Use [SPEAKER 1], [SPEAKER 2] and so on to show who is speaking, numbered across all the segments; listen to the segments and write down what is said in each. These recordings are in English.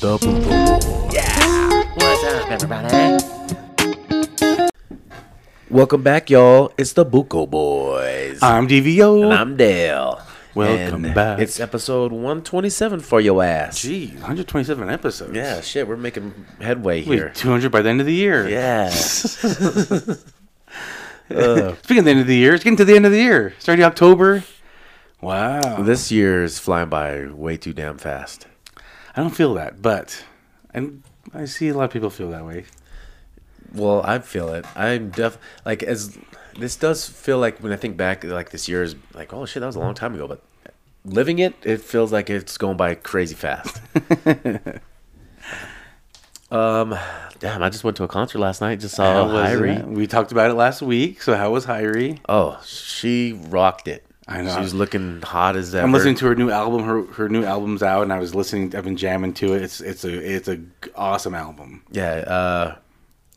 [SPEAKER 1] The boom boom.
[SPEAKER 2] Yeah. What's up, everybody?
[SPEAKER 1] Welcome back, y'all. It's the Buko Boys.
[SPEAKER 2] I'm DVO.
[SPEAKER 1] and I'm Dale.
[SPEAKER 2] Ah. Welcome
[SPEAKER 1] And
[SPEAKER 2] back.
[SPEAKER 1] It's episode 127 for your ass.
[SPEAKER 2] Gee, 127 episodes.
[SPEAKER 1] Yeah, shit, we're making headway
[SPEAKER 2] We'll be
[SPEAKER 1] here.
[SPEAKER 2] 200 by the end of the year.
[SPEAKER 1] Yeah.
[SPEAKER 2] Speaking of the end of the year, it's getting to the end of the year. Starting October. Wow.
[SPEAKER 1] This year is flying by way too damn fast.
[SPEAKER 2] I don't feel that, but and I see a lot of people feel that way.
[SPEAKER 1] Well, I feel it. I'm def like as this does feel like when I think back, like this year is like oh shit, that was a long time ago. But living it, it feels like it's going by crazy fast. um, damn, I just went to a concert last night. Just saw
[SPEAKER 2] How was
[SPEAKER 1] Hyrie.
[SPEAKER 2] that? We talked about it last week. So how was Hyrie?
[SPEAKER 1] Oh, she rocked it.
[SPEAKER 2] I know.
[SPEAKER 1] She was looking hot as ever.
[SPEAKER 2] I'm listening to her new album. Her her new album's out, and I was listening. I've been jamming to it. It's it's a it's a g- awesome album.
[SPEAKER 1] Yeah, uh,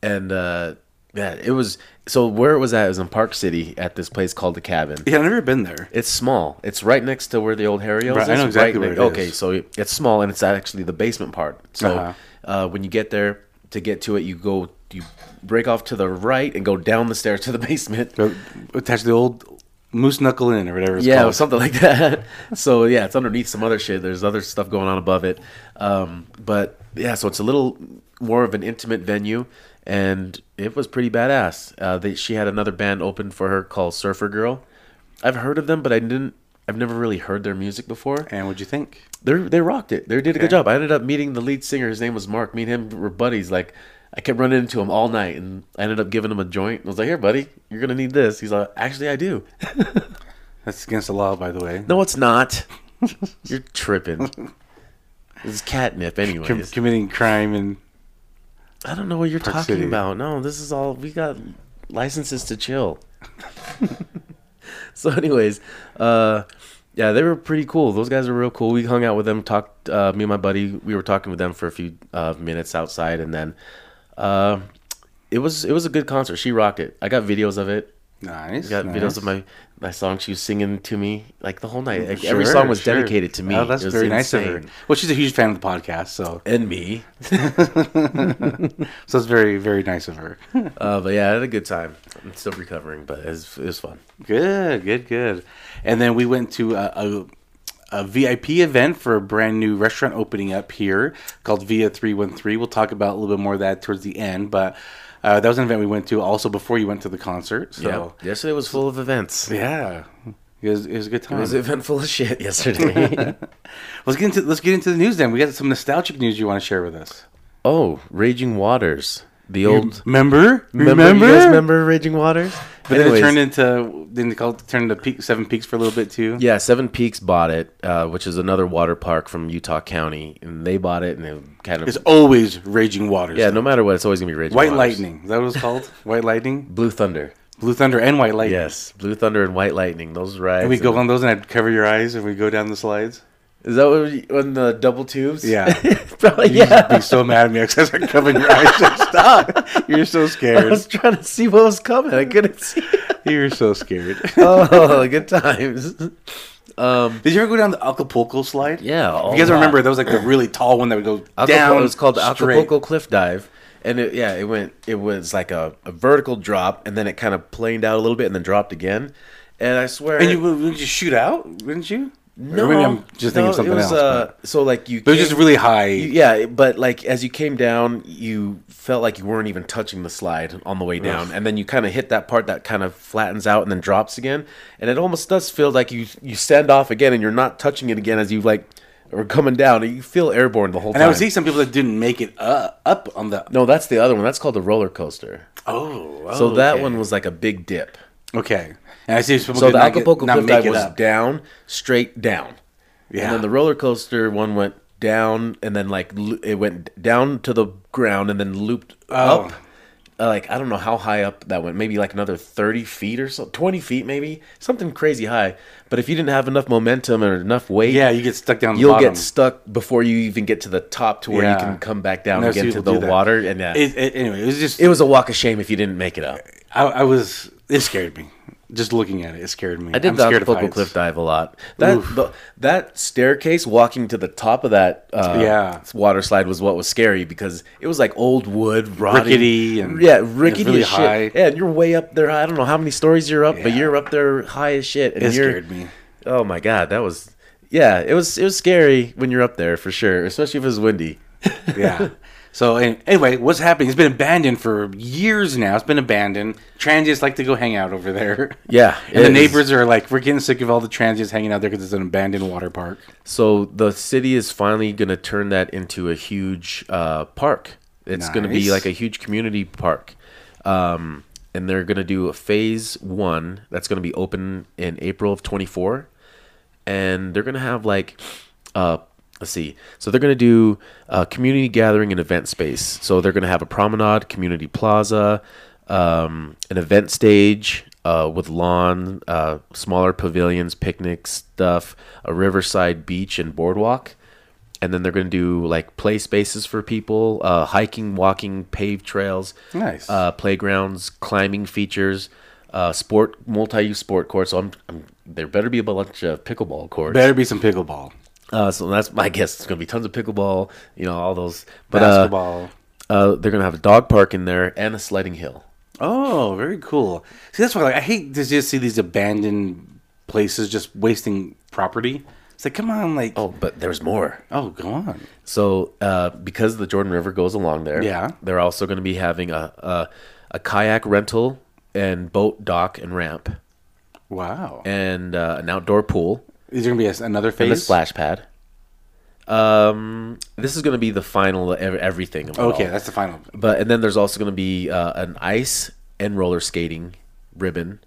[SPEAKER 1] and uh, yeah, it was. So where it was at it was in Park City at this place called the Cabin.
[SPEAKER 2] Yeah, I've never been there.
[SPEAKER 1] It's small. It's right next to where the old Harrios
[SPEAKER 2] Right,
[SPEAKER 1] is.
[SPEAKER 2] I know exactly
[SPEAKER 1] right
[SPEAKER 2] where it
[SPEAKER 1] next- Okay,
[SPEAKER 2] is.
[SPEAKER 1] so it's small and it's actually the basement part. So uh
[SPEAKER 2] Uh-huh.
[SPEAKER 1] when you get there to get to it, you go you break off to the right and go down the stairs to the basement.
[SPEAKER 2] Go- Attach the old Moose Knuckle Inn or whatever it's
[SPEAKER 1] Yeah, or
[SPEAKER 2] called.
[SPEAKER 1] something like that. so yeah, it's underneath some other shit. There's other stuff going on above it. Um, but yeah, so it's a little more of an intimate venue, and it was pretty badass. Uh, they, she had another band open for her called Surfer Girl. I've heard of them, but I didn't. I've never really heard their music before.
[SPEAKER 2] And what'd you think?
[SPEAKER 1] They they rocked it. They did a good
[SPEAKER 2] Okay.
[SPEAKER 1] job. I ended up meeting the lead singer. His name was Mark. Me and him were buddies. Like I kept running into him all night, and I ended up giving him a joint. I was like, "Here, buddy, you're gonna need this." He's like, "Actually, I do."
[SPEAKER 2] That's against the law, by the way.
[SPEAKER 1] No, it's not. You're tripping. This is catnip,
[SPEAKER 2] Com-
[SPEAKER 1] anyways.
[SPEAKER 2] committing crime and
[SPEAKER 1] I don't know what you're talking
[SPEAKER 2] City.
[SPEAKER 1] about. No, this is all we got licenses to chill. so, anyways, uh, yeah, they were pretty cool. Those guys were real cool. We hung out with them, talked. Uh, me and my buddy, we were talking with them for a few uh, minutes outside, and then uh, it was it was a good concert. She rocked it. I got videos of it.
[SPEAKER 2] nice.
[SPEAKER 1] got
[SPEAKER 2] nice.
[SPEAKER 1] videos of my my song she was singing to me like the whole night. Like,
[SPEAKER 2] Sure,
[SPEAKER 1] every song was
[SPEAKER 2] sure.
[SPEAKER 1] dedicated to me.
[SPEAKER 2] Oh, that's
[SPEAKER 1] It was
[SPEAKER 2] very nice of her.
[SPEAKER 1] insane.
[SPEAKER 2] Well, she's a huge fan of the podcast, so
[SPEAKER 1] and me.
[SPEAKER 2] so it's very very nice of her.
[SPEAKER 1] Uh, but yeah, I had a good time. I'm still recovering, but it was, it was fun.
[SPEAKER 2] good, good, good. And then we went to a, a, a VIP event for a brand new restaurant opening up here called Via Three One Three. We'll talk about a little bit more of that towards the end, but. Uh, that was an event we went to also before you went to the concert. So
[SPEAKER 1] yeah. yesterday was full of events.
[SPEAKER 2] yeah, It, was, it was a good time.
[SPEAKER 1] It was eventful as shit yesterday.
[SPEAKER 2] Let's get into let's get into the news then. We got some nostalgic news you want to share with us.
[SPEAKER 1] oh, Raging Waters, the old.
[SPEAKER 2] Remember? Remember?
[SPEAKER 1] you guys remember Raging Waters?
[SPEAKER 2] But then
[SPEAKER 1] Anyways,
[SPEAKER 2] it turned into then it called turned into peak, Seven Peaks for a little bit too.
[SPEAKER 1] yeah, Seven Peaks bought it, uh, which is another water park from Utah County, and they bought it, and it kind of
[SPEAKER 2] It's always raging waters.
[SPEAKER 1] yeah. No matter what, it's always gonna be Raging
[SPEAKER 2] White
[SPEAKER 1] Waters.
[SPEAKER 2] lightning. Is that what it's called? White lightning,
[SPEAKER 1] Blue Thunder.
[SPEAKER 2] blue thunder, and white lightning.
[SPEAKER 1] Yes, Blue Thunder and White Lightning. Those rides.
[SPEAKER 2] And we go on those, and I'd cover your eyes, and we go down the slides.
[SPEAKER 1] Is that what we, on the double tubes?
[SPEAKER 2] Yeah.
[SPEAKER 1] probably.
[SPEAKER 2] You'd
[SPEAKER 1] Yeah.
[SPEAKER 2] be so mad at me because I'm covering your eyes. Just Stop! You're so
[SPEAKER 1] I
[SPEAKER 2] scared.
[SPEAKER 1] was trying to see what was coming. I couldn't see.
[SPEAKER 2] You're so scared.
[SPEAKER 1] oh, good times. Um,
[SPEAKER 2] Did you ever go down the Acapulco slide?
[SPEAKER 1] yeah,
[SPEAKER 2] If you guys remember, that was like the really tall one that would go down.
[SPEAKER 1] Acapulco, it was called the
[SPEAKER 2] straight.
[SPEAKER 1] Acapulco Cliff Dive, and it, yeah, it went. It was like a, a vertical drop, and then it kind of planed out a little bit, and then dropped again. And I swear,
[SPEAKER 2] And you wouldn't you shoot out? Wouldn't you?
[SPEAKER 1] no,
[SPEAKER 2] Or maybe I'm just
[SPEAKER 1] no,
[SPEAKER 2] thinking of something
[SPEAKER 1] it was,
[SPEAKER 2] else.
[SPEAKER 1] Uh,
[SPEAKER 2] but
[SPEAKER 1] so like you,
[SPEAKER 2] but it was just
[SPEAKER 1] came-
[SPEAKER 2] really high.
[SPEAKER 1] you- yeah, but like as you came down, you felt like you weren't even touching the slide on the way down, and then you kind of hit that part that kind of flattens out and then drops again, and it almost does feel like you you send off again and you're not touching it again as you like are coming down, and you feel airborne the whole
[SPEAKER 2] and
[SPEAKER 1] time.
[SPEAKER 2] I would see some people that didn't make it up, up on the.
[SPEAKER 1] no, that's the other one. That's called the roller coaster.
[SPEAKER 2] Oh, oh,
[SPEAKER 1] So that
[SPEAKER 2] okay.
[SPEAKER 1] one was like a big dip.
[SPEAKER 2] okay. And I see some people
[SPEAKER 1] So
[SPEAKER 2] did
[SPEAKER 1] the
[SPEAKER 2] not get-
[SPEAKER 1] Acapulco
[SPEAKER 2] not
[SPEAKER 1] cliff
[SPEAKER 2] make
[SPEAKER 1] dive
[SPEAKER 2] it
[SPEAKER 1] was
[SPEAKER 2] up.
[SPEAKER 1] down, straight down.
[SPEAKER 2] Yeah.
[SPEAKER 1] And then the roller coaster one went down, and then like lo- it went down to the ground, and then looped
[SPEAKER 2] Oh.
[SPEAKER 1] up. Uh, like I don't know how high up that went. Maybe like another thirty feet or so, twenty feet maybe, something crazy high. But if you didn't have enough momentum or enough weight,
[SPEAKER 2] yeah, you get stuck down. The
[SPEAKER 1] you'll
[SPEAKER 2] bottom.
[SPEAKER 1] get stuck before you even get to the top to where
[SPEAKER 2] Yeah.
[SPEAKER 1] you can come back down
[SPEAKER 2] And I've
[SPEAKER 1] again
[SPEAKER 2] seen
[SPEAKER 1] to
[SPEAKER 2] people
[SPEAKER 1] the
[SPEAKER 2] do that.
[SPEAKER 1] water. And yeah, it,
[SPEAKER 2] It, it, anyway, it was just.
[SPEAKER 1] was a walk of shame if you didn't make it up.
[SPEAKER 2] I, I was. It scared me. Just looking at it, it scared me.
[SPEAKER 1] I did
[SPEAKER 2] I'm
[SPEAKER 1] the
[SPEAKER 2] scared of
[SPEAKER 1] football
[SPEAKER 2] heights.
[SPEAKER 1] cliff dive a lot. That the, that staircase walking to the top of that uh,
[SPEAKER 2] Yeah.
[SPEAKER 1] water slide was what was scary because it was like old wood, rotting,
[SPEAKER 2] Rickety and-
[SPEAKER 1] yeah,
[SPEAKER 2] and
[SPEAKER 1] rickety
[SPEAKER 2] really
[SPEAKER 1] as shit.
[SPEAKER 2] high.
[SPEAKER 1] Yeah, and you're way up there. I don't know how many stories you're up, but
[SPEAKER 2] Yeah.
[SPEAKER 1] you're up there high as shit. And
[SPEAKER 2] It
[SPEAKER 1] you're,
[SPEAKER 2] scared me.
[SPEAKER 1] Oh my god, that was yeah. It was it was scary when you're up there for sure, especially if it was windy.
[SPEAKER 2] yeah. So an- anyway, what's happening? It's been abandoned for years now. It's been abandoned. Transients like to go hang out over there.
[SPEAKER 1] Yeah,
[SPEAKER 2] And the
[SPEAKER 1] it is.
[SPEAKER 2] neighbors are like, we're getting sick of all the transients hanging out there because it's an abandoned water park.
[SPEAKER 1] So the city is finally going to turn that into a huge uh, park. It's going to be
[SPEAKER 2] Nice.
[SPEAKER 1] like a huge community park. Um, and they're going to do a phase one that's going to be open in April of 24. And they're going to have like, uh, let's see. So they're going to do a community gathering and event space. So they're going to have a promenade, community plaza, um, an event stage uh, with lawn, uh, smaller pavilions, picnic stuff, a riverside beach and boardwalk. And then they're going to do like play spaces for people, uh, hiking, walking, paved trails,
[SPEAKER 2] Nice.
[SPEAKER 1] uh, playgrounds, climbing features, uh, sport, multi-use sport courts. So I'm, I'm, there better be a bunch of pickleball courts.
[SPEAKER 2] Better be some pickleball,
[SPEAKER 1] Uh, so that's my guess. It's gonna be tons of pickleball, you know, all those. But uh,
[SPEAKER 2] basketball.
[SPEAKER 1] uh, they're gonna have a dog park in there and a sledding hill.
[SPEAKER 2] oh, very cool. See, that's why like, I hate to just see these abandoned places just wasting property. It's like, come on, like, oh,
[SPEAKER 1] Oh, but there's more.
[SPEAKER 2] go on.
[SPEAKER 1] So uh, because the Jordan River goes along there,
[SPEAKER 2] Yeah.
[SPEAKER 1] they're also gonna be having a a, a kayak rental and boat dock and ramp
[SPEAKER 2] Wow.
[SPEAKER 1] and uh, an outdoor pool
[SPEAKER 2] Is there gonna be a, another
[SPEAKER 1] and a
[SPEAKER 2] phase?
[SPEAKER 1] splash pad. Um, this is gonna be the final ev- everything. Of it
[SPEAKER 2] Okay,
[SPEAKER 1] all.
[SPEAKER 2] that's the final.
[SPEAKER 1] But and then there's also going to be uh, an ice and roller skating ribbon,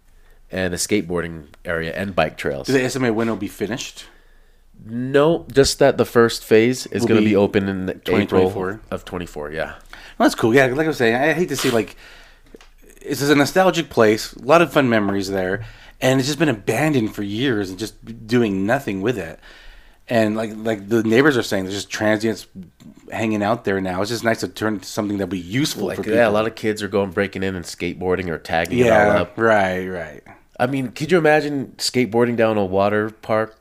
[SPEAKER 1] and a skateboarding area and bike trails.
[SPEAKER 2] Do they estimate when it'll be finished?
[SPEAKER 1] No, just that the first phase is going to
[SPEAKER 2] be
[SPEAKER 1] be open in the April
[SPEAKER 2] 2024.
[SPEAKER 1] of 24. Yeah,
[SPEAKER 2] Well, that's cool. Yeah, like I was saying, I hate to see like it's just a nostalgic place. A lot of fun memories there, and it's just been abandoned for years and just doing nothing with it. And like like the neighbors are saying, there's just transients hanging out there now. It's just nice to turn to something that'll be useful
[SPEAKER 1] like
[SPEAKER 2] for people.
[SPEAKER 1] yeah, a lot of kids are going breaking in and skateboarding or tagging it all
[SPEAKER 2] yeah,
[SPEAKER 1] up.
[SPEAKER 2] right, right.
[SPEAKER 1] I mean, could you imagine skateboarding down a water park?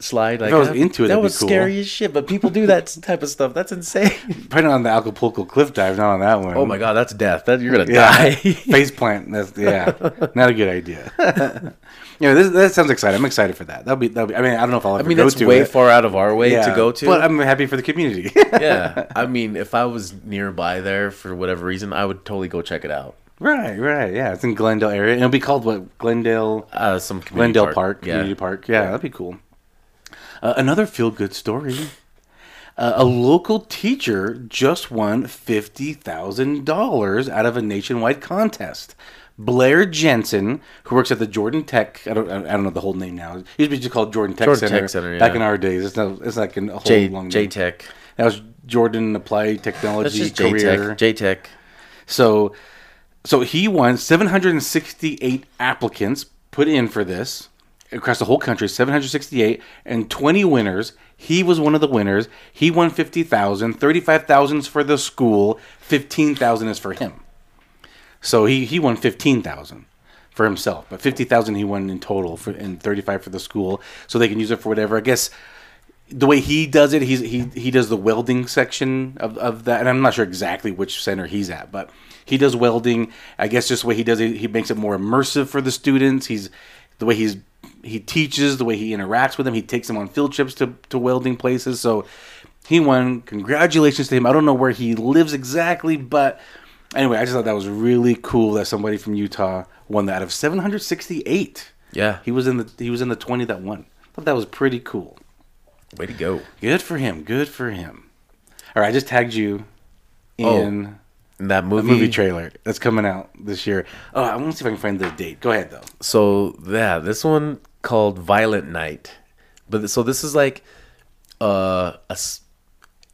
[SPEAKER 1] Slide like
[SPEAKER 2] I was
[SPEAKER 1] that-
[SPEAKER 2] into it,
[SPEAKER 1] That
[SPEAKER 2] that'd be
[SPEAKER 1] was
[SPEAKER 2] cool.
[SPEAKER 1] scary as shit, but people do that type of stuff. That's insane.
[SPEAKER 2] Probably not on the Acapulco cliff dive, not on that one.
[SPEAKER 1] Oh my god, that's death. That you're gonna die.
[SPEAKER 2] face plant. That's yeah, not a good idea. yeah, this, that sounds exciting. I'm excited for that. That'll be that'll be. I mean, I don't know if I'll ever
[SPEAKER 1] I mean,
[SPEAKER 2] go
[SPEAKER 1] that's
[SPEAKER 2] to
[SPEAKER 1] way
[SPEAKER 2] it.
[SPEAKER 1] far out of our way to
[SPEAKER 2] Yeah,
[SPEAKER 1] go to.
[SPEAKER 2] But I'm happy for the community.
[SPEAKER 1] yeah. I mean, if I was nearby there for whatever reason, I would totally go check it out.
[SPEAKER 2] right, right. Yeah, it's in Glendale area. And It'll be called what? Glendale
[SPEAKER 1] Uh, some community
[SPEAKER 2] Glendale Park, Community
[SPEAKER 1] yeah.
[SPEAKER 2] Park. Yeah, that'd be cool. Uh, another feel good story. Uh, a local teacher just won $50,000 out of a nationwide contest. Blair Jensen, who works at the Jordan Tech, I don't, I don't know the whole name now. It used to be just called Jordan Tech
[SPEAKER 1] Jordan
[SPEAKER 2] Center.
[SPEAKER 1] Tech Center,
[SPEAKER 2] Back
[SPEAKER 1] yeah.
[SPEAKER 2] in our days, it's not, it's like a whole
[SPEAKER 1] J
[SPEAKER 2] long
[SPEAKER 1] J
[SPEAKER 2] name.
[SPEAKER 1] Tech.
[SPEAKER 2] That was Jordan Applied
[SPEAKER 1] That's
[SPEAKER 2] Technology
[SPEAKER 1] just J
[SPEAKER 2] Career.
[SPEAKER 1] Tech. J Tech.
[SPEAKER 2] So, so he won 768 applicants put in for this across the whole country. 768 and 20 winners. He was one of the winners. He won 50,000. 35,000 is for the school. 15,000 is for him. So he he won 15,000 for himself, but 50,000 he won in total for and 35 for the school. So they can use it for whatever. I guess the way he does it, he's he he does the welding section of, of that, and I'm not sure exactly which center he's at, but he does welding. I guess just the way he does it, he makes it more immersive for the students. He's the way he's he teaches, the way he interacts with them. He takes them on field trips to to welding places. So he won. Congratulations to him. I don't know where he lives exactly, but anyway, I just thought that was really cool that somebody from Utah won that out of 768.
[SPEAKER 1] Yeah.
[SPEAKER 2] he was in the he was in the 20 that won. thought that was pretty cool.
[SPEAKER 1] Way to go.
[SPEAKER 2] Good for him. Good for him. All right, I just tagged you
[SPEAKER 1] Oh,
[SPEAKER 2] in
[SPEAKER 1] And that
[SPEAKER 2] a
[SPEAKER 1] movie.
[SPEAKER 2] movie trailer that's coming out this year. Oh, I want to see if I can find the date. Go ahead though.
[SPEAKER 1] so yeah, this one called Violent Night, but th- so this is like uh, a s-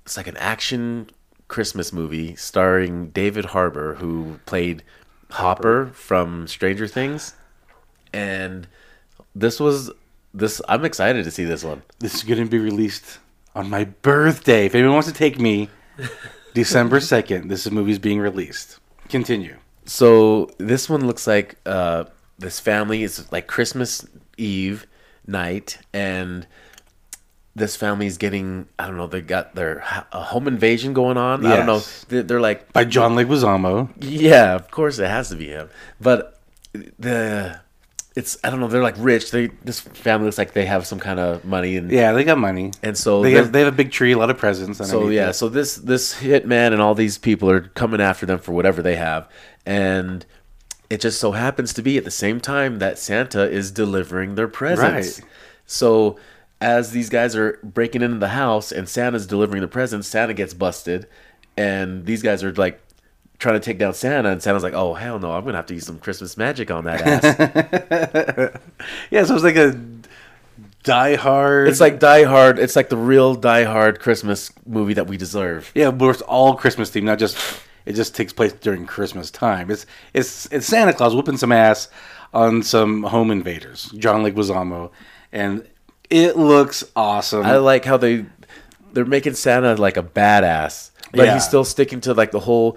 [SPEAKER 1] it's like an action Christmas movie starring David Harbour, who played Hopper from Stranger Things, and this was this. I'm excited to see this one.
[SPEAKER 2] This is going to be released on my birthday. If anyone wants to take me, December second. This movie's being released. Continue.
[SPEAKER 1] So this one looks like uh, this family is like Christmas Eve night, and this family's getting I don't know they got their h- a home invasion going on. I don't know.
[SPEAKER 2] Yes.
[SPEAKER 1] They- They're like
[SPEAKER 2] by John Leguizamo.
[SPEAKER 1] yeah, of course it has to be him. But the it's I don't know. They're like rich. They this family looks like they have some kind of money and
[SPEAKER 2] Yeah, they got money.
[SPEAKER 1] and so
[SPEAKER 2] they
[SPEAKER 1] they're-
[SPEAKER 2] have they have a big tree, a lot of presents.
[SPEAKER 1] so
[SPEAKER 2] underneath
[SPEAKER 1] yeah,
[SPEAKER 2] it.
[SPEAKER 1] so this this hitman and all these people are coming after them for whatever they have, and it just so happens to be at the same time that Santa is delivering their presents.
[SPEAKER 2] Right.
[SPEAKER 1] So as these guys are breaking into the house and Santa's delivering the presents, Santa gets busted, and these guys are like trying to take down Santa, and Santa's like, "Oh hell no, I'm gonna have to use some Christmas magic on that ass."
[SPEAKER 2] yeah. So it's like a Die Hard.
[SPEAKER 1] it's like Die Hard. It's like the real Die Hard Christmas movie that we deserve.
[SPEAKER 2] yeah, but it's all Christmas themed, not just it just takes place during Christmas time. It's it's it's Santa Claus whooping some ass on some home invaders, John Leguizamo, and it looks awesome.
[SPEAKER 1] I like how they they're making Santa like a badass, but
[SPEAKER 2] Yeah.
[SPEAKER 1] he's still sticking to like the whole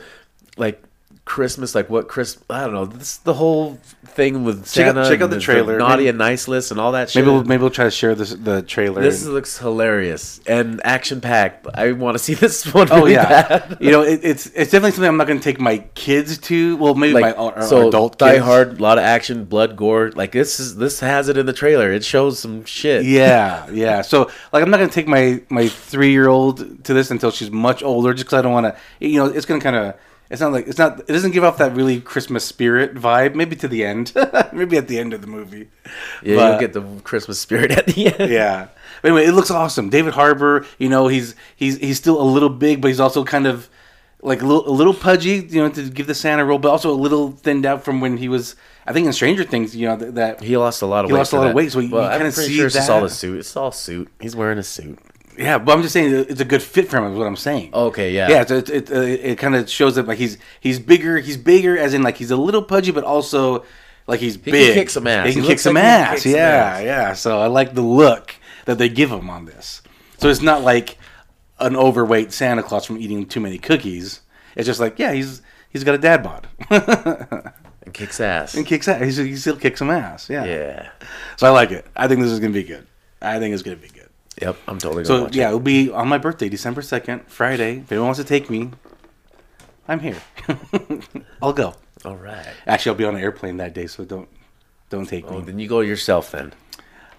[SPEAKER 1] like Christmas, like what Chris I don't know. This the whole thing with
[SPEAKER 2] Check out-
[SPEAKER 1] Santa.
[SPEAKER 2] check out
[SPEAKER 1] and
[SPEAKER 2] the trailer.
[SPEAKER 1] naughty
[SPEAKER 2] Maybe-
[SPEAKER 1] and nice list, and all that shit.
[SPEAKER 2] maybe we'll, maybe we'll try to share this the trailer.
[SPEAKER 1] this
[SPEAKER 2] and-
[SPEAKER 1] looks hilarious and action packed. I want to see this one.
[SPEAKER 2] Oh
[SPEAKER 1] really
[SPEAKER 2] yeah,
[SPEAKER 1] bad.
[SPEAKER 2] you know it, it's it's definitely something I'm not going to take my kids to. Well, maybe my
[SPEAKER 1] Like
[SPEAKER 2] or, or
[SPEAKER 1] so,
[SPEAKER 2] adult
[SPEAKER 1] Die
[SPEAKER 2] kids.
[SPEAKER 1] Hard, a lot of action, blood, gore. Like this is this has it in the trailer. It shows some shit.
[SPEAKER 2] Yeah, yeah. So like, I'm not going to take my my three year old to this until she's much older, just because I don't want to. You know, it's going to kind of. It's not like it's not. It doesn't give off that really Christmas spirit vibe. Maybe to the end. maybe at the end of the movie.
[SPEAKER 1] yeah
[SPEAKER 2] But-
[SPEAKER 1] you'll get the Christmas spirit at the end.
[SPEAKER 2] yeah. But anyway, it looks awesome. David Harbour, you know, he's he's he's still a little big, but he's also kind of like a little, a little pudgy, you know, to give the Santa role, but also a little thinned out from when he was, I think, in Stranger Things. You know th- that
[SPEAKER 1] He lost a lot of
[SPEAKER 2] He
[SPEAKER 1] weight.
[SPEAKER 2] lost a
[SPEAKER 1] for
[SPEAKER 2] lot of
[SPEAKER 1] that.
[SPEAKER 2] weight, so you- you
[SPEAKER 1] I'm
[SPEAKER 2] kinda
[SPEAKER 1] pretty
[SPEAKER 2] see
[SPEAKER 1] sure it's just all
[SPEAKER 2] that.
[SPEAKER 1] the suit. It's all suit. He's wearing a suit.
[SPEAKER 2] yeah. But I'm just saying, it's a good fit for him. Is what I'm saying.
[SPEAKER 1] Okay, yeah.
[SPEAKER 2] yeah. So it it, uh, it kind of shows that like he's he's bigger. He's bigger, as in like he's a little pudgy, but also like he's
[SPEAKER 1] can
[SPEAKER 2] big.
[SPEAKER 1] kick some ass.
[SPEAKER 2] He can
[SPEAKER 1] He
[SPEAKER 2] kick
[SPEAKER 1] looks
[SPEAKER 2] some
[SPEAKER 1] like he can
[SPEAKER 2] ass.
[SPEAKER 1] kick some
[SPEAKER 2] yeah,
[SPEAKER 1] ass.
[SPEAKER 2] yeah. So I like the look that they give him on this. So it's not like an overweight Santa Claus from eating too many cookies. It's just like yeah, he's he's got a dad bod.
[SPEAKER 1] And kicks ass.
[SPEAKER 2] he kicks ass. He's, he still kicks some ass. Yeah.
[SPEAKER 1] Yeah.
[SPEAKER 2] So I like it. I think this is gonna be good. I think it's gonna be good.
[SPEAKER 1] Yep, I'm totally going to
[SPEAKER 2] So
[SPEAKER 1] watch
[SPEAKER 2] yeah, it'll be on my birthday, December second, Friday. If anyone wants to take me, I'm here. I'll go.
[SPEAKER 1] it. All right.
[SPEAKER 2] Actually, I'll be on an airplane that day, so don't don't take
[SPEAKER 1] Well,
[SPEAKER 2] me.
[SPEAKER 1] then you go yourself then.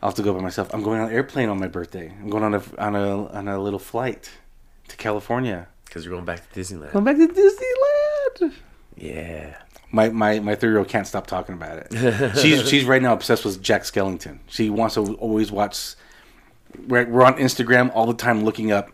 [SPEAKER 2] I'll have to go by myself. I'm going on an airplane on my birthday. I'm going on a on a on a little flight to California.
[SPEAKER 1] Because you're going back to Disneyland.
[SPEAKER 2] Going back to Disneyland.
[SPEAKER 1] Yeah.
[SPEAKER 2] My my my three year old can't stop talking about it. she's she's right now obsessed with Jack Skellington. She wants to always watch. We're, we're on Instagram all the time looking up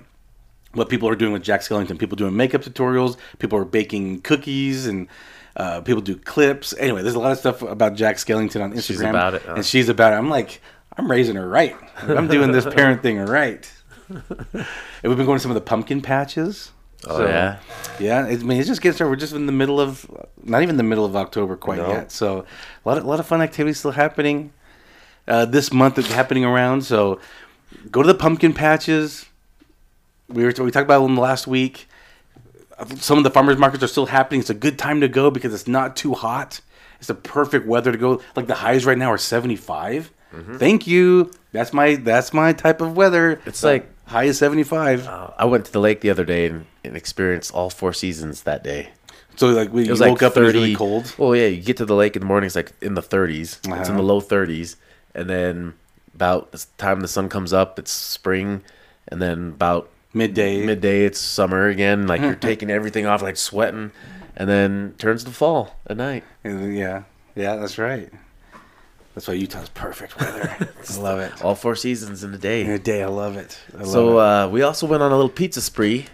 [SPEAKER 2] what people are doing with Jack Skellington. People doing makeup tutorials. People are baking cookies and. Uh, people do clips. Anyway, there's a lot of stuff about Jack Skellington on Instagram,
[SPEAKER 1] about it, huh?
[SPEAKER 2] and she's about it. I'm like, I'm raising her right. I'm doing this parent thing right. And we've been going to some of the pumpkin patches.
[SPEAKER 1] Oh, yeah?
[SPEAKER 2] Yeah, it, I mean, it's just getting started. We're just in the middle of, not even the middle of October quite
[SPEAKER 1] No.
[SPEAKER 2] yet. So a lot of, a lot of fun activities still happening uh, this month that's happening around. So go to the pumpkin patches. We were we talked about them last week. Some of the farmers markets are still happening. It's a good time to go because it's not too hot. It's the perfect weather to go. Like the highs right now are 75.
[SPEAKER 1] Mm-hmm.
[SPEAKER 2] Thank you. That's my that's my type of weather.
[SPEAKER 1] It's like-
[SPEAKER 2] high is 75.
[SPEAKER 1] Uh, I went to the lake the other day and, and experienced all four seasons that day.
[SPEAKER 2] so like we
[SPEAKER 1] It
[SPEAKER 2] you
[SPEAKER 1] was
[SPEAKER 2] woke
[SPEAKER 1] like
[SPEAKER 2] up
[SPEAKER 1] 30,
[SPEAKER 2] and it was really cold.
[SPEAKER 1] Well, yeah, you get to the lake in the morning, it's like in the 30s. It's in
[SPEAKER 2] Uh-huh.
[SPEAKER 1] the low 30s. And then about the time the sun comes up, it's spring. And then about
[SPEAKER 2] Midday.
[SPEAKER 1] midday it's summer again like you're taking everything off like sweating and then turns to fall at night
[SPEAKER 2] And, Yeah, yeah, that's right. That's why Utah's perfect weather. I love it.
[SPEAKER 1] all four seasons in a
[SPEAKER 2] In
[SPEAKER 1] day
[SPEAKER 2] a day, I love it. I love
[SPEAKER 1] so
[SPEAKER 2] it.
[SPEAKER 1] uh, we also went on a little pizza spree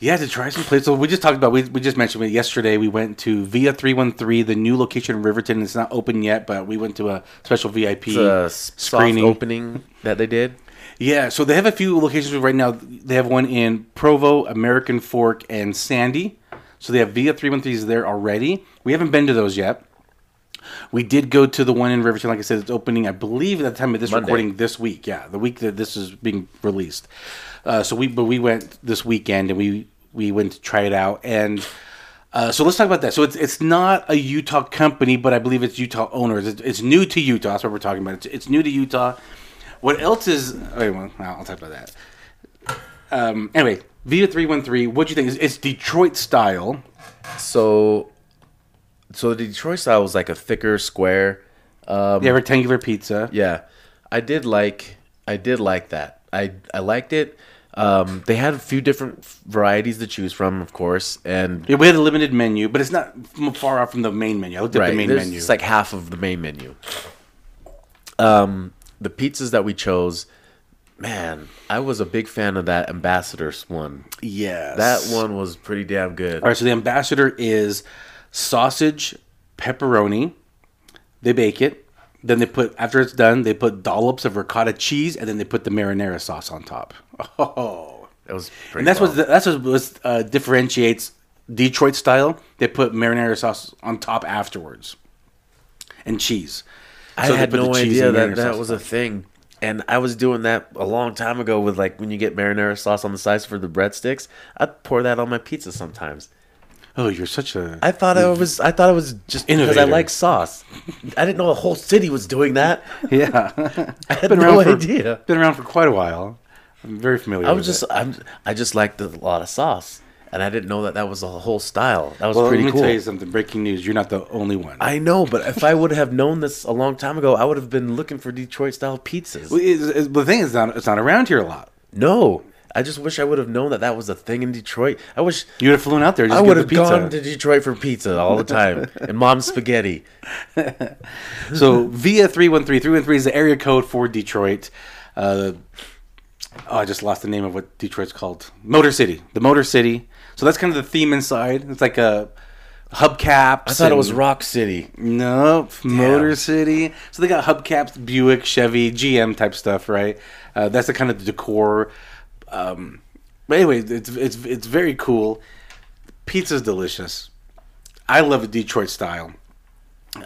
[SPEAKER 2] yeah, to try some places. So we just talked about. We, we just mentioned it yesterday. We went to Via Three One Three, the new location in Riverton. It's not open yet, but we went to a special VIP
[SPEAKER 1] it's a s- soft
[SPEAKER 2] screening.
[SPEAKER 1] opening that they did
[SPEAKER 2] Yeah, so they have a few locations right now. They have one in Provo, American Fork, and Sandy. So they have Via 313s there already. We haven't been to those yet. We did go to the one in Riverton. Like I said, it's opening, I believe, at the time of this
[SPEAKER 1] Monday.
[SPEAKER 2] recording this week. Yeah, the week that this is being released. Uh, so we, but we went this weekend and we we went to try it out, and Uh, so let's talk about that. So it's it's not a Utah company, but I believe it's Utah owners. It's, it's new to Utah. That's what we're talking about. It's, it's new to Utah. What else is? Wait, well, no, I'll talk about that. Um, anyway, Vita three one three. What do you think? It's, it's Detroit style.
[SPEAKER 1] So, so the Detroit style was like a thicker square. Um,
[SPEAKER 2] Yeah, rectangular pizza.
[SPEAKER 1] yeah, I did like I did like that. I I liked it. Um, they had a few different varieties to choose from, of course, and
[SPEAKER 2] Yeah, we had a limited menu, but it's not m- far off from the main menu. I looked at
[SPEAKER 1] right,
[SPEAKER 2] the main
[SPEAKER 1] there's-
[SPEAKER 2] menu.
[SPEAKER 1] It's like half of the main menu. Um, the pizzas that we chose, man, I was a big fan of that ambassadors one.
[SPEAKER 2] yes,
[SPEAKER 1] That one was pretty damn good.
[SPEAKER 2] All right, so the ambassador is sausage, pepperoni. They bake it. Then they put after it's done, they put dollops of ricotta cheese, and then they put the marinara sauce on top. Oh,
[SPEAKER 1] That was pretty.
[SPEAKER 2] and that's
[SPEAKER 1] bomb.
[SPEAKER 2] what that's what was, uh, differentiates Detroit style. They put marinara sauce on top afterwards, and cheese.
[SPEAKER 1] I
[SPEAKER 2] So they
[SPEAKER 1] had
[SPEAKER 2] put the
[SPEAKER 1] no
[SPEAKER 2] cheese
[SPEAKER 1] idea
[SPEAKER 2] and
[SPEAKER 1] that
[SPEAKER 2] marinara
[SPEAKER 1] that
[SPEAKER 2] sauce
[SPEAKER 1] was a thing. And I was doing that a long time ago with like when you get marinara sauce on the sides for the breadsticks. I'd pour that on my pizza sometimes.
[SPEAKER 2] Oh, you're such a
[SPEAKER 1] I thought I was I thought it was just because I
[SPEAKER 2] Innovator.
[SPEAKER 1] like sauce. I didn't know a whole city was doing that.
[SPEAKER 2] yeah.
[SPEAKER 1] I had
[SPEAKER 2] been
[SPEAKER 1] no
[SPEAKER 2] around for-
[SPEAKER 1] idea.
[SPEAKER 2] Been around for quite a while. I'm very familiar.
[SPEAKER 1] I
[SPEAKER 2] with
[SPEAKER 1] was
[SPEAKER 2] it.
[SPEAKER 1] just I'm I just liked a lot of sauce, and I didn't know that that was a whole style. That was
[SPEAKER 2] Well,
[SPEAKER 1] pretty
[SPEAKER 2] let me
[SPEAKER 1] cool.
[SPEAKER 2] tell you something. Breaking news: You're not the only one.
[SPEAKER 1] I know, but if I would have known this a long time ago, I would have been looking for Detroit style pizzas.
[SPEAKER 2] Well, it's- it's- the thing is, not it's not around here a lot.
[SPEAKER 1] No, I just wish I would have known that that was a thing in Detroit. I wish
[SPEAKER 2] You would have flown out there. Just
[SPEAKER 1] I
[SPEAKER 2] to
[SPEAKER 1] would
[SPEAKER 2] get
[SPEAKER 1] have
[SPEAKER 2] the pizza.
[SPEAKER 1] gone to Detroit for pizza all the time and mom's spaghetti.
[SPEAKER 2] so via 313 313 is the area code for detroit uh, oh, i just lost the name of what detroit's called motor city the motor city so that's kind of the theme inside it's like a hubcaps
[SPEAKER 1] I thought it was Rock City.
[SPEAKER 2] nope motor city so they got hubcaps buick chevy gm type stuff right uh, that's the kind of decor um, but anyway it's, it's, it's very cool pizza's delicious i love the detroit style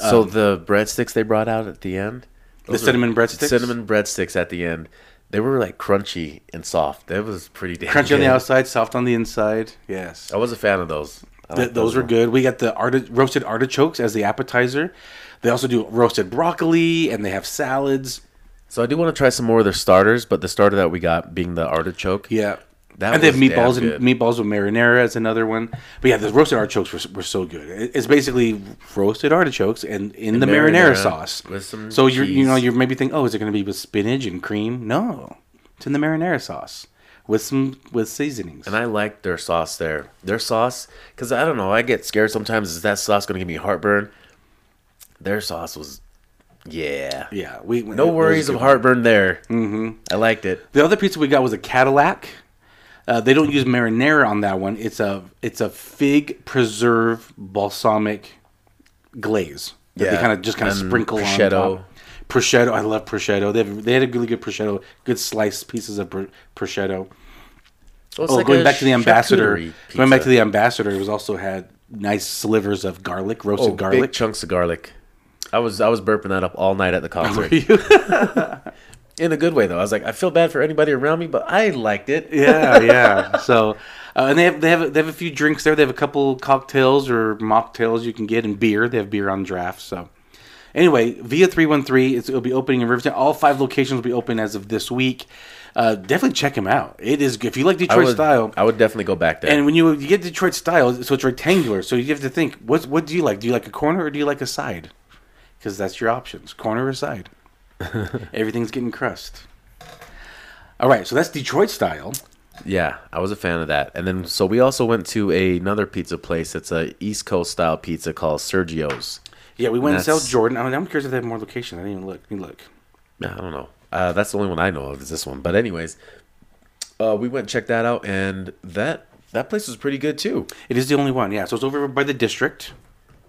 [SPEAKER 1] so the breadsticks they brought out at the end,
[SPEAKER 2] Uh, the cinnamon breadsticks
[SPEAKER 1] cinnamon breadsticks at the end, they were like crunchy and soft. That was pretty damn
[SPEAKER 2] Crunchy on the
[SPEAKER 1] good.
[SPEAKER 2] outside, soft on the inside. Yes.
[SPEAKER 1] I was a fan of those. I
[SPEAKER 2] Th-
[SPEAKER 1] liked
[SPEAKER 2] those were
[SPEAKER 1] ones.
[SPEAKER 2] good. We got the arti- roasted artichokes as the appetizer. They also do roasted broccoli and they have salads.
[SPEAKER 1] So I do want to try some more of their starters, but the starter that we got being the artichoke.
[SPEAKER 2] Yeah.
[SPEAKER 1] That
[SPEAKER 2] and they have
[SPEAKER 1] was damn
[SPEAKER 2] meatballs and
[SPEAKER 1] good.
[SPEAKER 2] meatballs with marinara is another one. But yeah, the roasted artichokes were, were so good. It- It's basically roasted artichokes and in the marinara,
[SPEAKER 1] marinara
[SPEAKER 2] sauce.
[SPEAKER 1] with some
[SPEAKER 2] so you you know
[SPEAKER 1] cheese.
[SPEAKER 2] you're maybe thinking, oh, is it going to be with spinach and cream? No, it's in the marinara sauce with some with seasonings.
[SPEAKER 1] And I liked their sauce there. Their sauce, because I don't know, I get scared sometimes. Is that sauce going to give me heartburn? Their sauce was, yeah.
[SPEAKER 2] yeah, we
[SPEAKER 1] No worries of heartburn there. Mm-hmm. I liked it.
[SPEAKER 2] The other pizza we got was a Cadillac. Uh, they don't use marinara on that one. It's a it's a fig preserve balsamic glaze that they
[SPEAKER 1] Yeah,
[SPEAKER 2] kind of just kind of
[SPEAKER 1] and
[SPEAKER 2] sprinkle
[SPEAKER 1] prosciutto.
[SPEAKER 2] on top. Prosciutto, I love prosciutto. They have, they had a really good prosciutto, good sliced pieces of pr- prosciutto.
[SPEAKER 1] So it's
[SPEAKER 2] Oh,
[SPEAKER 1] like
[SPEAKER 2] going
[SPEAKER 1] a
[SPEAKER 2] back to the ambassador,
[SPEAKER 1] charcuterie
[SPEAKER 2] going back
[SPEAKER 1] pizza.
[SPEAKER 2] to the ambassador, it was also had nice slivers of garlic, roasted
[SPEAKER 1] oh, big
[SPEAKER 2] garlic.
[SPEAKER 1] chunks of garlic. I was I was burping that up all night at the concert in a good way though. I was like, I feel bad for anybody around me, but I liked it.
[SPEAKER 2] yeah, yeah. So, uh, and they have they have they have a few drinks there. They have a couple cocktails or mocktails you can get, and beer. They have beer on draft. So, anyway, Via Three One Three is it'll be opening in Riverton. All five locations will be open as of this week. Uh, definitely check them out. It is if you like
[SPEAKER 1] I
[SPEAKER 2] Detroit
[SPEAKER 1] would,
[SPEAKER 2] style.
[SPEAKER 1] I would definitely go back there.
[SPEAKER 2] And when you, you get Detroit style, so it's rectangular. So you have to think, what what do you like? Do you like a corner or do you like a side? Because that's your options: corner or side. Everything's getting crust. All right, so that's Detroit style.
[SPEAKER 1] Yeah, I was a fan of that. And then so we also went to another pizza place. It's a East Coast style pizza called Sergio's.
[SPEAKER 2] Yeah, we went in South
[SPEAKER 1] That's-
[SPEAKER 2] Jordan. I'm, I'm curious if they have more locations. I didn't even look. Let me look.
[SPEAKER 1] Yeah, I don't know. Uh, that's the only one I know of is this one. But anyways, uh, we went and checked that out, and that that place was pretty good too.
[SPEAKER 2] It is the only one. Yeah, so it's over by the district.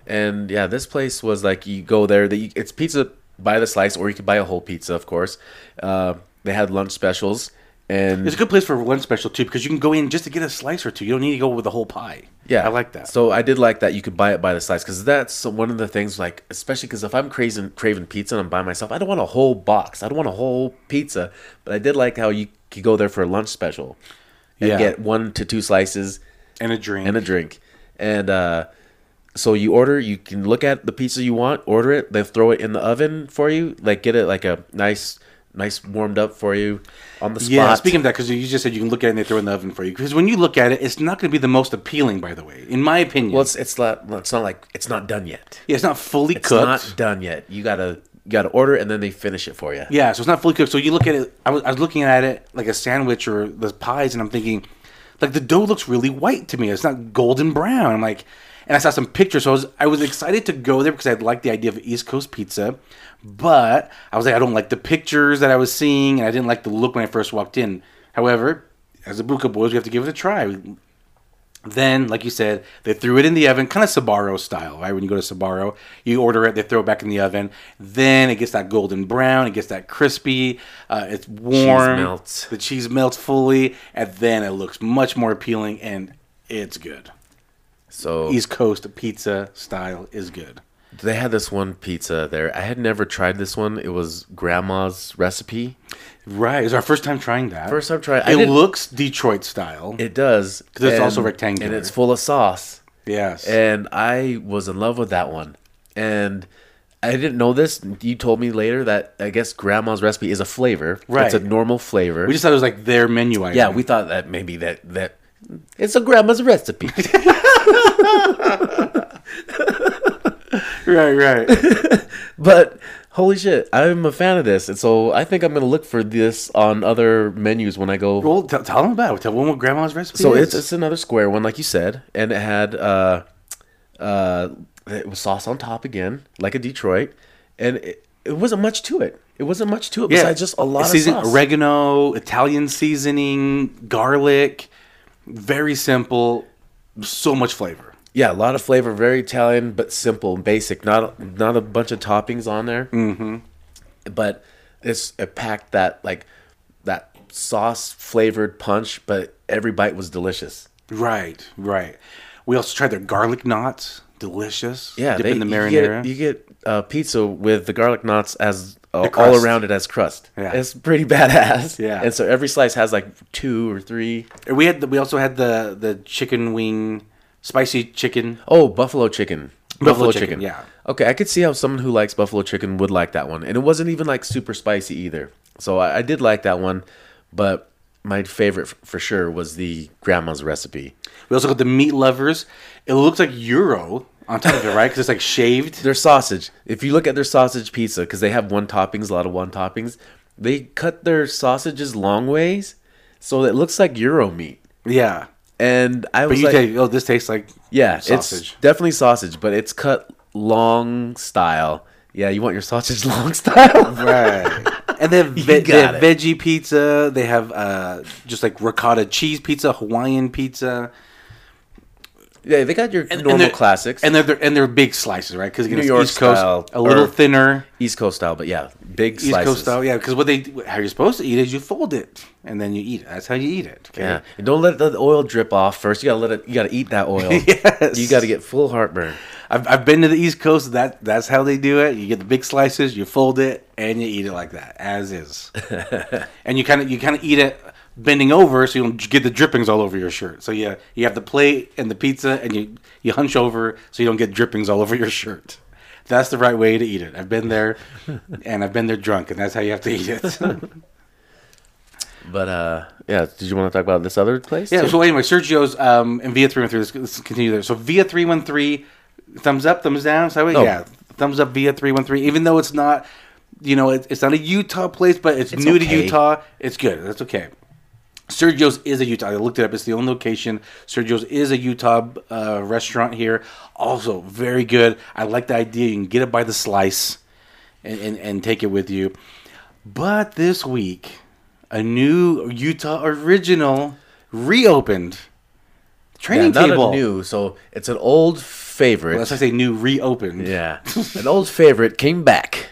[SPEAKER 1] And yeah, this place was like you go there. That you, it's pizza by the slice, or you could buy a whole pizza, of course. Uh, they had lunch specials,
[SPEAKER 2] It's a
[SPEAKER 1] and
[SPEAKER 2] good place for lunch special too because you can go in just to get a slice or two. You don't need to go with a whole pie.
[SPEAKER 1] yeah,
[SPEAKER 2] I like that.
[SPEAKER 1] So I did like that you could buy it by the slice because that's one of the things. Like especially because if I'm craving craving pizza and I'm by myself, I don't want a whole box. I don't want a whole pizza. But I did like how you could go there for a lunch special and
[SPEAKER 2] Yeah.
[SPEAKER 1] get one to two slices.
[SPEAKER 2] and a drink.
[SPEAKER 1] and a drink. And uh, so you order, you can look at the pizza you want, order it, they throw it in the oven for you, like get it like a nice, nice warmed up for you on the spot.
[SPEAKER 2] Yeah, speaking of that, because you just said you can look at it and they throw it in the oven for you. Because when you look at it, it's not going to be the most appealing, by the way, in my opinion.
[SPEAKER 1] well, it's it's not well, it's not like it's not done yet.
[SPEAKER 2] yeah, it's not fully
[SPEAKER 1] It's
[SPEAKER 2] cooked.
[SPEAKER 1] not done yet. You gotta you gotta order it and then they finish it for you.
[SPEAKER 2] Yeah, so it's not fully cooked. So you look at it. I was, I was looking at it like a sandwich or the pies, and I'm thinking, like the dough looks really white to me. It's not golden brown. I'm like, and I saw some pictures, so I was I was excited to go there because I liked the idea of East Coast pizza, but I was like, I don't like the pictures that I was seeing, and I didn't like the look when I first walked in. However, as the Buka Boys, we have to give it a try. We- Then, like you said, they threw it in the oven, kind of Sabaro style, right? When you go to Sabaro, you order it, they throw it back in the oven. Then it gets that golden brown, it gets that crispy, uh, it's warm,
[SPEAKER 1] melts.
[SPEAKER 2] the cheese melts fully, and then it looks much more appealing and it's good.
[SPEAKER 1] So
[SPEAKER 2] East Coast pizza style is good.
[SPEAKER 1] they had this one pizza there. I had never tried this one. It was grandma's recipe.
[SPEAKER 2] Right, it's our first time trying that.
[SPEAKER 1] First time trying- I
[SPEAKER 2] It
[SPEAKER 1] didn't-
[SPEAKER 2] looks Detroit style.
[SPEAKER 1] It does.
[SPEAKER 2] 'Cause it's
[SPEAKER 1] and-
[SPEAKER 2] also rectangular.
[SPEAKER 1] And it's full of sauce.
[SPEAKER 2] yes.
[SPEAKER 1] And I was in love with that one. And I didn't know this. You told me later that I guess grandma's recipe is a flavor.
[SPEAKER 2] Right.
[SPEAKER 1] It's a normal flavor.
[SPEAKER 2] we just thought it was like their menu item.
[SPEAKER 1] yeah, we thought that maybe that that it's a grandma's recipe.
[SPEAKER 2] right, right.
[SPEAKER 1] but holy shit, I'm a fan of this. And so I think I'm going to look for this on other menus when I go
[SPEAKER 2] Well, tell, tell them about it. Tell them what grandma's recipe
[SPEAKER 1] So
[SPEAKER 2] is.
[SPEAKER 1] it's it's another square one, like you said, and it had uh, uh, it was sauce on top again, like a Detroit, and it, it wasn't much to it. It wasn't much to it besides just a lot of
[SPEAKER 2] season,
[SPEAKER 1] sauce.
[SPEAKER 2] oregano, Italian seasoning, garlic. Very simple, so much flavor.
[SPEAKER 1] yeah, a lot of flavor, very Italian, but simple and basic. Not not a bunch of toppings on there, mm-hmm. but it's it packed that like that sauce flavored punch. But every bite was delicious.
[SPEAKER 2] Right, right. We also tried their garlic knots. Delicious.
[SPEAKER 1] Yeah,
[SPEAKER 2] dip
[SPEAKER 1] they-
[SPEAKER 2] in the
[SPEAKER 1] you get-
[SPEAKER 2] marinara.
[SPEAKER 1] You get, uh, pizza with the garlic knots as uh, all
[SPEAKER 2] crust.
[SPEAKER 1] around it as crust.
[SPEAKER 2] Yeah.
[SPEAKER 1] it's pretty badass.
[SPEAKER 2] Yeah.
[SPEAKER 1] and so every slice has like two or three.
[SPEAKER 2] we had. The, we also had the the chicken wing, spicy chicken.
[SPEAKER 1] Oh, buffalo chicken.
[SPEAKER 2] Buffalo chicken, yeah.
[SPEAKER 1] Okay, I could see how someone who likes buffalo chicken would like that one, and it wasn't even like super spicy either. So I, I did like that one, but my favorite f- for sure was the grandma's recipe.
[SPEAKER 2] We also got the meat lovers. It looks like euro on top of it, right? Because it's like shaved.
[SPEAKER 1] their sausage. If you look at their sausage pizza, because they have one toppings, a lot of one toppings, they cut their sausages long ways, so it looks like Euro meat.
[SPEAKER 2] Yeah.
[SPEAKER 1] And I
[SPEAKER 2] But
[SPEAKER 1] was
[SPEAKER 2] you
[SPEAKER 1] like,
[SPEAKER 2] say, oh, this tastes like
[SPEAKER 1] yeah,
[SPEAKER 2] sausage.
[SPEAKER 1] it's definitely sausage, but it's cut long style. Yeah, you want your sausage long style.
[SPEAKER 2] Right. And they have, ve- they
[SPEAKER 1] got
[SPEAKER 2] have veggie pizza. They have uh, just like ricotta cheese pizza, Hawaiian pizza,
[SPEAKER 1] yeah, they got your normal
[SPEAKER 2] they're-
[SPEAKER 1] classics
[SPEAKER 2] and they're, they're and they're big slices, right? Because
[SPEAKER 1] New
[SPEAKER 2] it's
[SPEAKER 1] York
[SPEAKER 2] East Coast,
[SPEAKER 1] style,
[SPEAKER 2] a little
[SPEAKER 1] or
[SPEAKER 2] thinner.
[SPEAKER 1] East Coast style, but yeah, big
[SPEAKER 2] East
[SPEAKER 1] slices.
[SPEAKER 2] Coast style, yeah. Because what they how you're supposed to eat is you fold it and then you eat it. That's how you eat it. Okay.
[SPEAKER 1] Yeah, and don't let the oil drip off first. You gotta let it. You gotta eat that oil.
[SPEAKER 2] Yes.
[SPEAKER 1] You gotta get full heartburn.
[SPEAKER 2] I've, I've been to the East Coast. That that's how they do it. You get the big slices, you fold it, and you eat it like that, as is. and you kind of you kind of eat it bending over, so you don't get the drippings all over your shirt. So yeah, you have the plate and the pizza, and you you hunch over so you don't get drippings all over your shirt. That's the right way to eat it. I've been there, and I've been there drunk, and that's how you have to eat it.
[SPEAKER 1] But uh, yeah, did you want to talk about this other place?
[SPEAKER 2] yeah.
[SPEAKER 1] too?
[SPEAKER 2] So anyway, Sergio's um, and Via three one three. Let's continue there. So Via three one three, thumbs up, thumbs down. So
[SPEAKER 1] Oh.
[SPEAKER 2] yeah, thumbs up Via three one three. Even though it's not, you know, it, it's not a Utah place, but it's, new to
[SPEAKER 1] okay.
[SPEAKER 2] Utah. It's good. That's okay. Sergio's is a Utah. I looked it up. It's the only location. Sergio's is a Utah uh, restaurant here. Also very good. I like the idea. You can get it by the slice, and and, and take it with you. But this week, a new Utah original reopened.
[SPEAKER 1] Yeah,
[SPEAKER 2] Training
[SPEAKER 1] not
[SPEAKER 2] table.
[SPEAKER 1] a new. So it's an old favorite.
[SPEAKER 2] Unless I say new reopened.
[SPEAKER 1] yeah, an old favorite came back.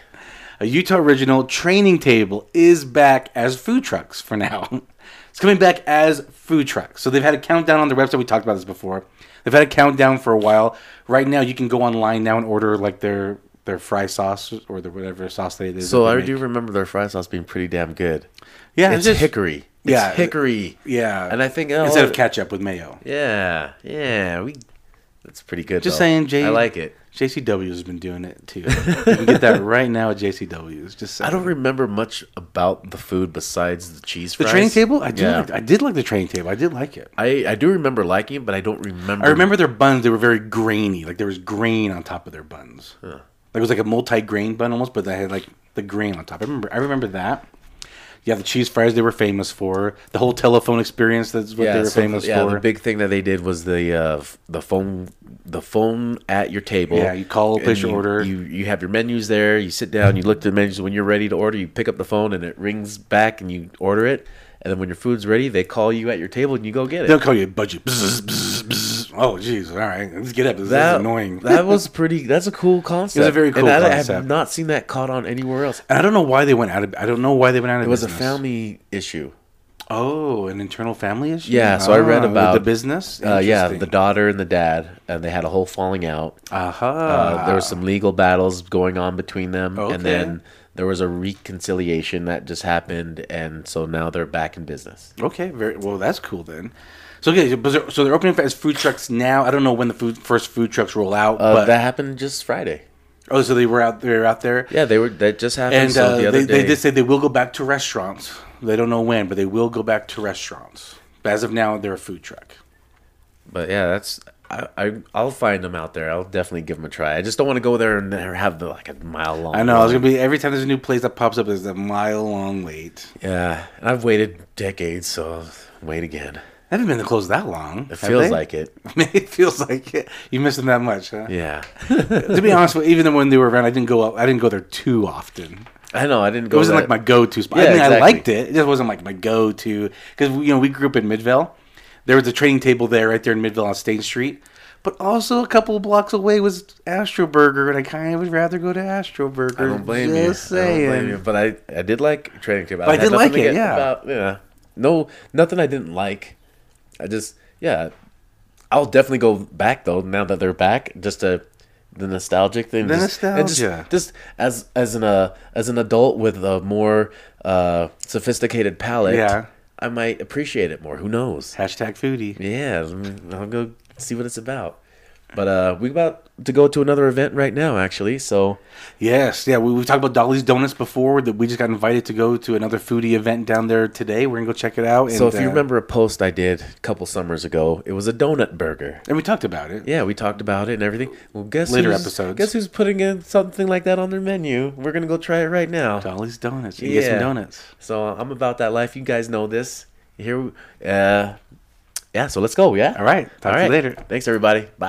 [SPEAKER 2] A Utah original training table is back as food trucks for now. It's coming back as food trucks. So they've had a countdown on their website. We talked about this before. They've had a countdown for a while. Right now, you can go online now and order like their their fry sauce or their whatever sauce they. they
[SPEAKER 1] So
[SPEAKER 2] they
[SPEAKER 1] I
[SPEAKER 2] make.
[SPEAKER 1] do remember their fry sauce being pretty damn good.
[SPEAKER 2] Yeah,
[SPEAKER 1] it's
[SPEAKER 2] just-
[SPEAKER 1] hickory. It's
[SPEAKER 2] yeah.
[SPEAKER 1] hickory.
[SPEAKER 2] Yeah,
[SPEAKER 1] and I think oh,
[SPEAKER 2] instead of ketchup with mayo.
[SPEAKER 1] yeah, yeah, we That's pretty good.
[SPEAKER 2] Just
[SPEAKER 1] though.
[SPEAKER 2] saying, Jay.
[SPEAKER 1] I like it.
[SPEAKER 2] JCW has been doing it too. you can get that right now at JCW's. Just saying.
[SPEAKER 1] I don't remember much about the food besides the cheese
[SPEAKER 2] the
[SPEAKER 1] fries.
[SPEAKER 2] training table. I do.
[SPEAKER 1] Yeah.
[SPEAKER 2] Like, I did like the training table. I did like it.
[SPEAKER 1] I, I do remember liking it, but I don't remember.
[SPEAKER 2] I remember their buns. They were very grainy. Like there was grain on top of their buns. Like it was like a multi-grain bun almost, but they had like the grain on top. I remember. I remember that. Yeah, the cheese fries they were famous for. The whole telephone experience. That's what they were
[SPEAKER 1] so-
[SPEAKER 2] famous
[SPEAKER 1] yeah,
[SPEAKER 2] for.
[SPEAKER 1] the big thing that they did was the uh, f- the phone the phone at your table.
[SPEAKER 2] Yeah, you call,
[SPEAKER 1] and
[SPEAKER 2] place your
[SPEAKER 1] you-
[SPEAKER 2] order.
[SPEAKER 1] You you have your menus there. You sit down. You look at the menus. When you're ready to order, you pick up the phone and it rings back, and you order it. And then when your food's ready, they call you at your table and you go get it.
[SPEAKER 2] They'll call you a budget. Bzz, bzz, bzz. Oh, jeez. All right, let's get up. This is annoying.
[SPEAKER 1] that was pretty. That's a cool concept.
[SPEAKER 2] very cool
[SPEAKER 1] and I, I
[SPEAKER 2] concept.
[SPEAKER 1] have not seen that caught on anywhere else.
[SPEAKER 2] and I don't know why they went out of. I don't know why they went out of.
[SPEAKER 1] It was a
[SPEAKER 2] business.
[SPEAKER 1] family issue.
[SPEAKER 2] Oh, an internal family issue.
[SPEAKER 1] Yeah, so I read
[SPEAKER 2] Ah, with
[SPEAKER 1] about-
[SPEAKER 2] the business.
[SPEAKER 1] Uh, yeah, the
[SPEAKER 2] Interesting.
[SPEAKER 1] daughter and the dad, and they had a whole falling out.
[SPEAKER 2] Aha.
[SPEAKER 1] Uh, there were some legal battles going on between them,
[SPEAKER 2] Ah. Okay.
[SPEAKER 1] and then there was a reconciliation that just happened, and so now they're back in business.
[SPEAKER 2] Okay, very well. That's cool then. So okay, but they're- so they're opening as food trucks now. I don't know when the food, first food trucks roll out,
[SPEAKER 1] Uh,
[SPEAKER 2] but
[SPEAKER 1] that happened just Friday.
[SPEAKER 2] oh, so they were out there out there,
[SPEAKER 1] Yeah, they were. That just happened.
[SPEAKER 2] and
[SPEAKER 1] so
[SPEAKER 2] uh,
[SPEAKER 1] the other
[SPEAKER 2] they,
[SPEAKER 1] day,
[SPEAKER 2] they did say they will go back to restaurants. They don't know when, but they will go back to restaurants. But as of now, they're a food truck.
[SPEAKER 1] But yeah, that's I, I I'll find them out there. I'll definitely give them a try. I just don't want to go there and have the like a mile long.
[SPEAKER 2] I know. It's gonna be every time there's a new place that pops up, there's a mile long wait.
[SPEAKER 1] Yeah, and I've waited decades, so wait again.
[SPEAKER 2] I haven't been closed that long.
[SPEAKER 1] It feels like it.
[SPEAKER 2] it feels like it. You missed them that much, huh?
[SPEAKER 1] Yeah,
[SPEAKER 2] to be honest, with you, even when they were around, I didn't go up. I didn't go there too often.
[SPEAKER 1] I know. I didn't
[SPEAKER 2] It
[SPEAKER 1] go.
[SPEAKER 2] wasn't
[SPEAKER 1] that-
[SPEAKER 2] like my go-to spot. I
[SPEAKER 1] Yeah,
[SPEAKER 2] mean, I
[SPEAKER 1] exactly.
[SPEAKER 2] liked it. It just wasn't like my go-to because you know we grew up in Midvale. There was a training table there, right there in Midvale on State Street. But also a couple of blocks away was Astro Burger, and I kind of would rather go to Astro Burger.
[SPEAKER 1] I don't blame you.
[SPEAKER 2] just
[SPEAKER 1] I
[SPEAKER 2] Saying.
[SPEAKER 1] don't blame you. But I, I did like training table.
[SPEAKER 2] But I
[SPEAKER 1] had
[SPEAKER 2] did
[SPEAKER 1] nothing
[SPEAKER 2] like
[SPEAKER 1] to
[SPEAKER 2] it,
[SPEAKER 1] get
[SPEAKER 2] yeah.
[SPEAKER 1] About, yeah. No, nothing I didn't like. I just, yeah. I'll definitely go back though. Now that they're back, just to the nostalgic thing.
[SPEAKER 2] The
[SPEAKER 1] just, and just-
[SPEAKER 2] nostalgia.
[SPEAKER 1] Just, as as an uh, as an adult with a more uh, sophisticated palate.
[SPEAKER 2] Yeah.
[SPEAKER 1] I might appreciate it more. Who knows?
[SPEAKER 2] Hashtag foodie.
[SPEAKER 1] Yeah, mm, I'll go see what it's about. But uh, we about to go to another event right now, actually. So
[SPEAKER 2] Yes, yeah. We, we talked about Dolly's Donuts before. That we just got invited to go to another foodie event down there today. We're gonna go check it out.
[SPEAKER 1] So
[SPEAKER 2] and,
[SPEAKER 1] if you
[SPEAKER 2] uh,
[SPEAKER 1] remember a post I did a couple summers ago, it was a donut burger.
[SPEAKER 2] and we talked about it.
[SPEAKER 1] Yeah, we talked about it and everything. Well, guess
[SPEAKER 2] Later
[SPEAKER 1] who's,
[SPEAKER 2] episodes.
[SPEAKER 1] Guess who's putting in something like that on their menu? We're gonna go try it right now.
[SPEAKER 2] Dolly's Donuts. You can get some
[SPEAKER 1] Yeah.
[SPEAKER 2] donuts.
[SPEAKER 1] So uh, I'm about that life. You guys know this. Here, we- uh, yeah. So let's go. Yeah.
[SPEAKER 2] All right.
[SPEAKER 1] All
[SPEAKER 2] Talk to
[SPEAKER 1] right.
[SPEAKER 2] you later.
[SPEAKER 1] Thanks everybody. Bye.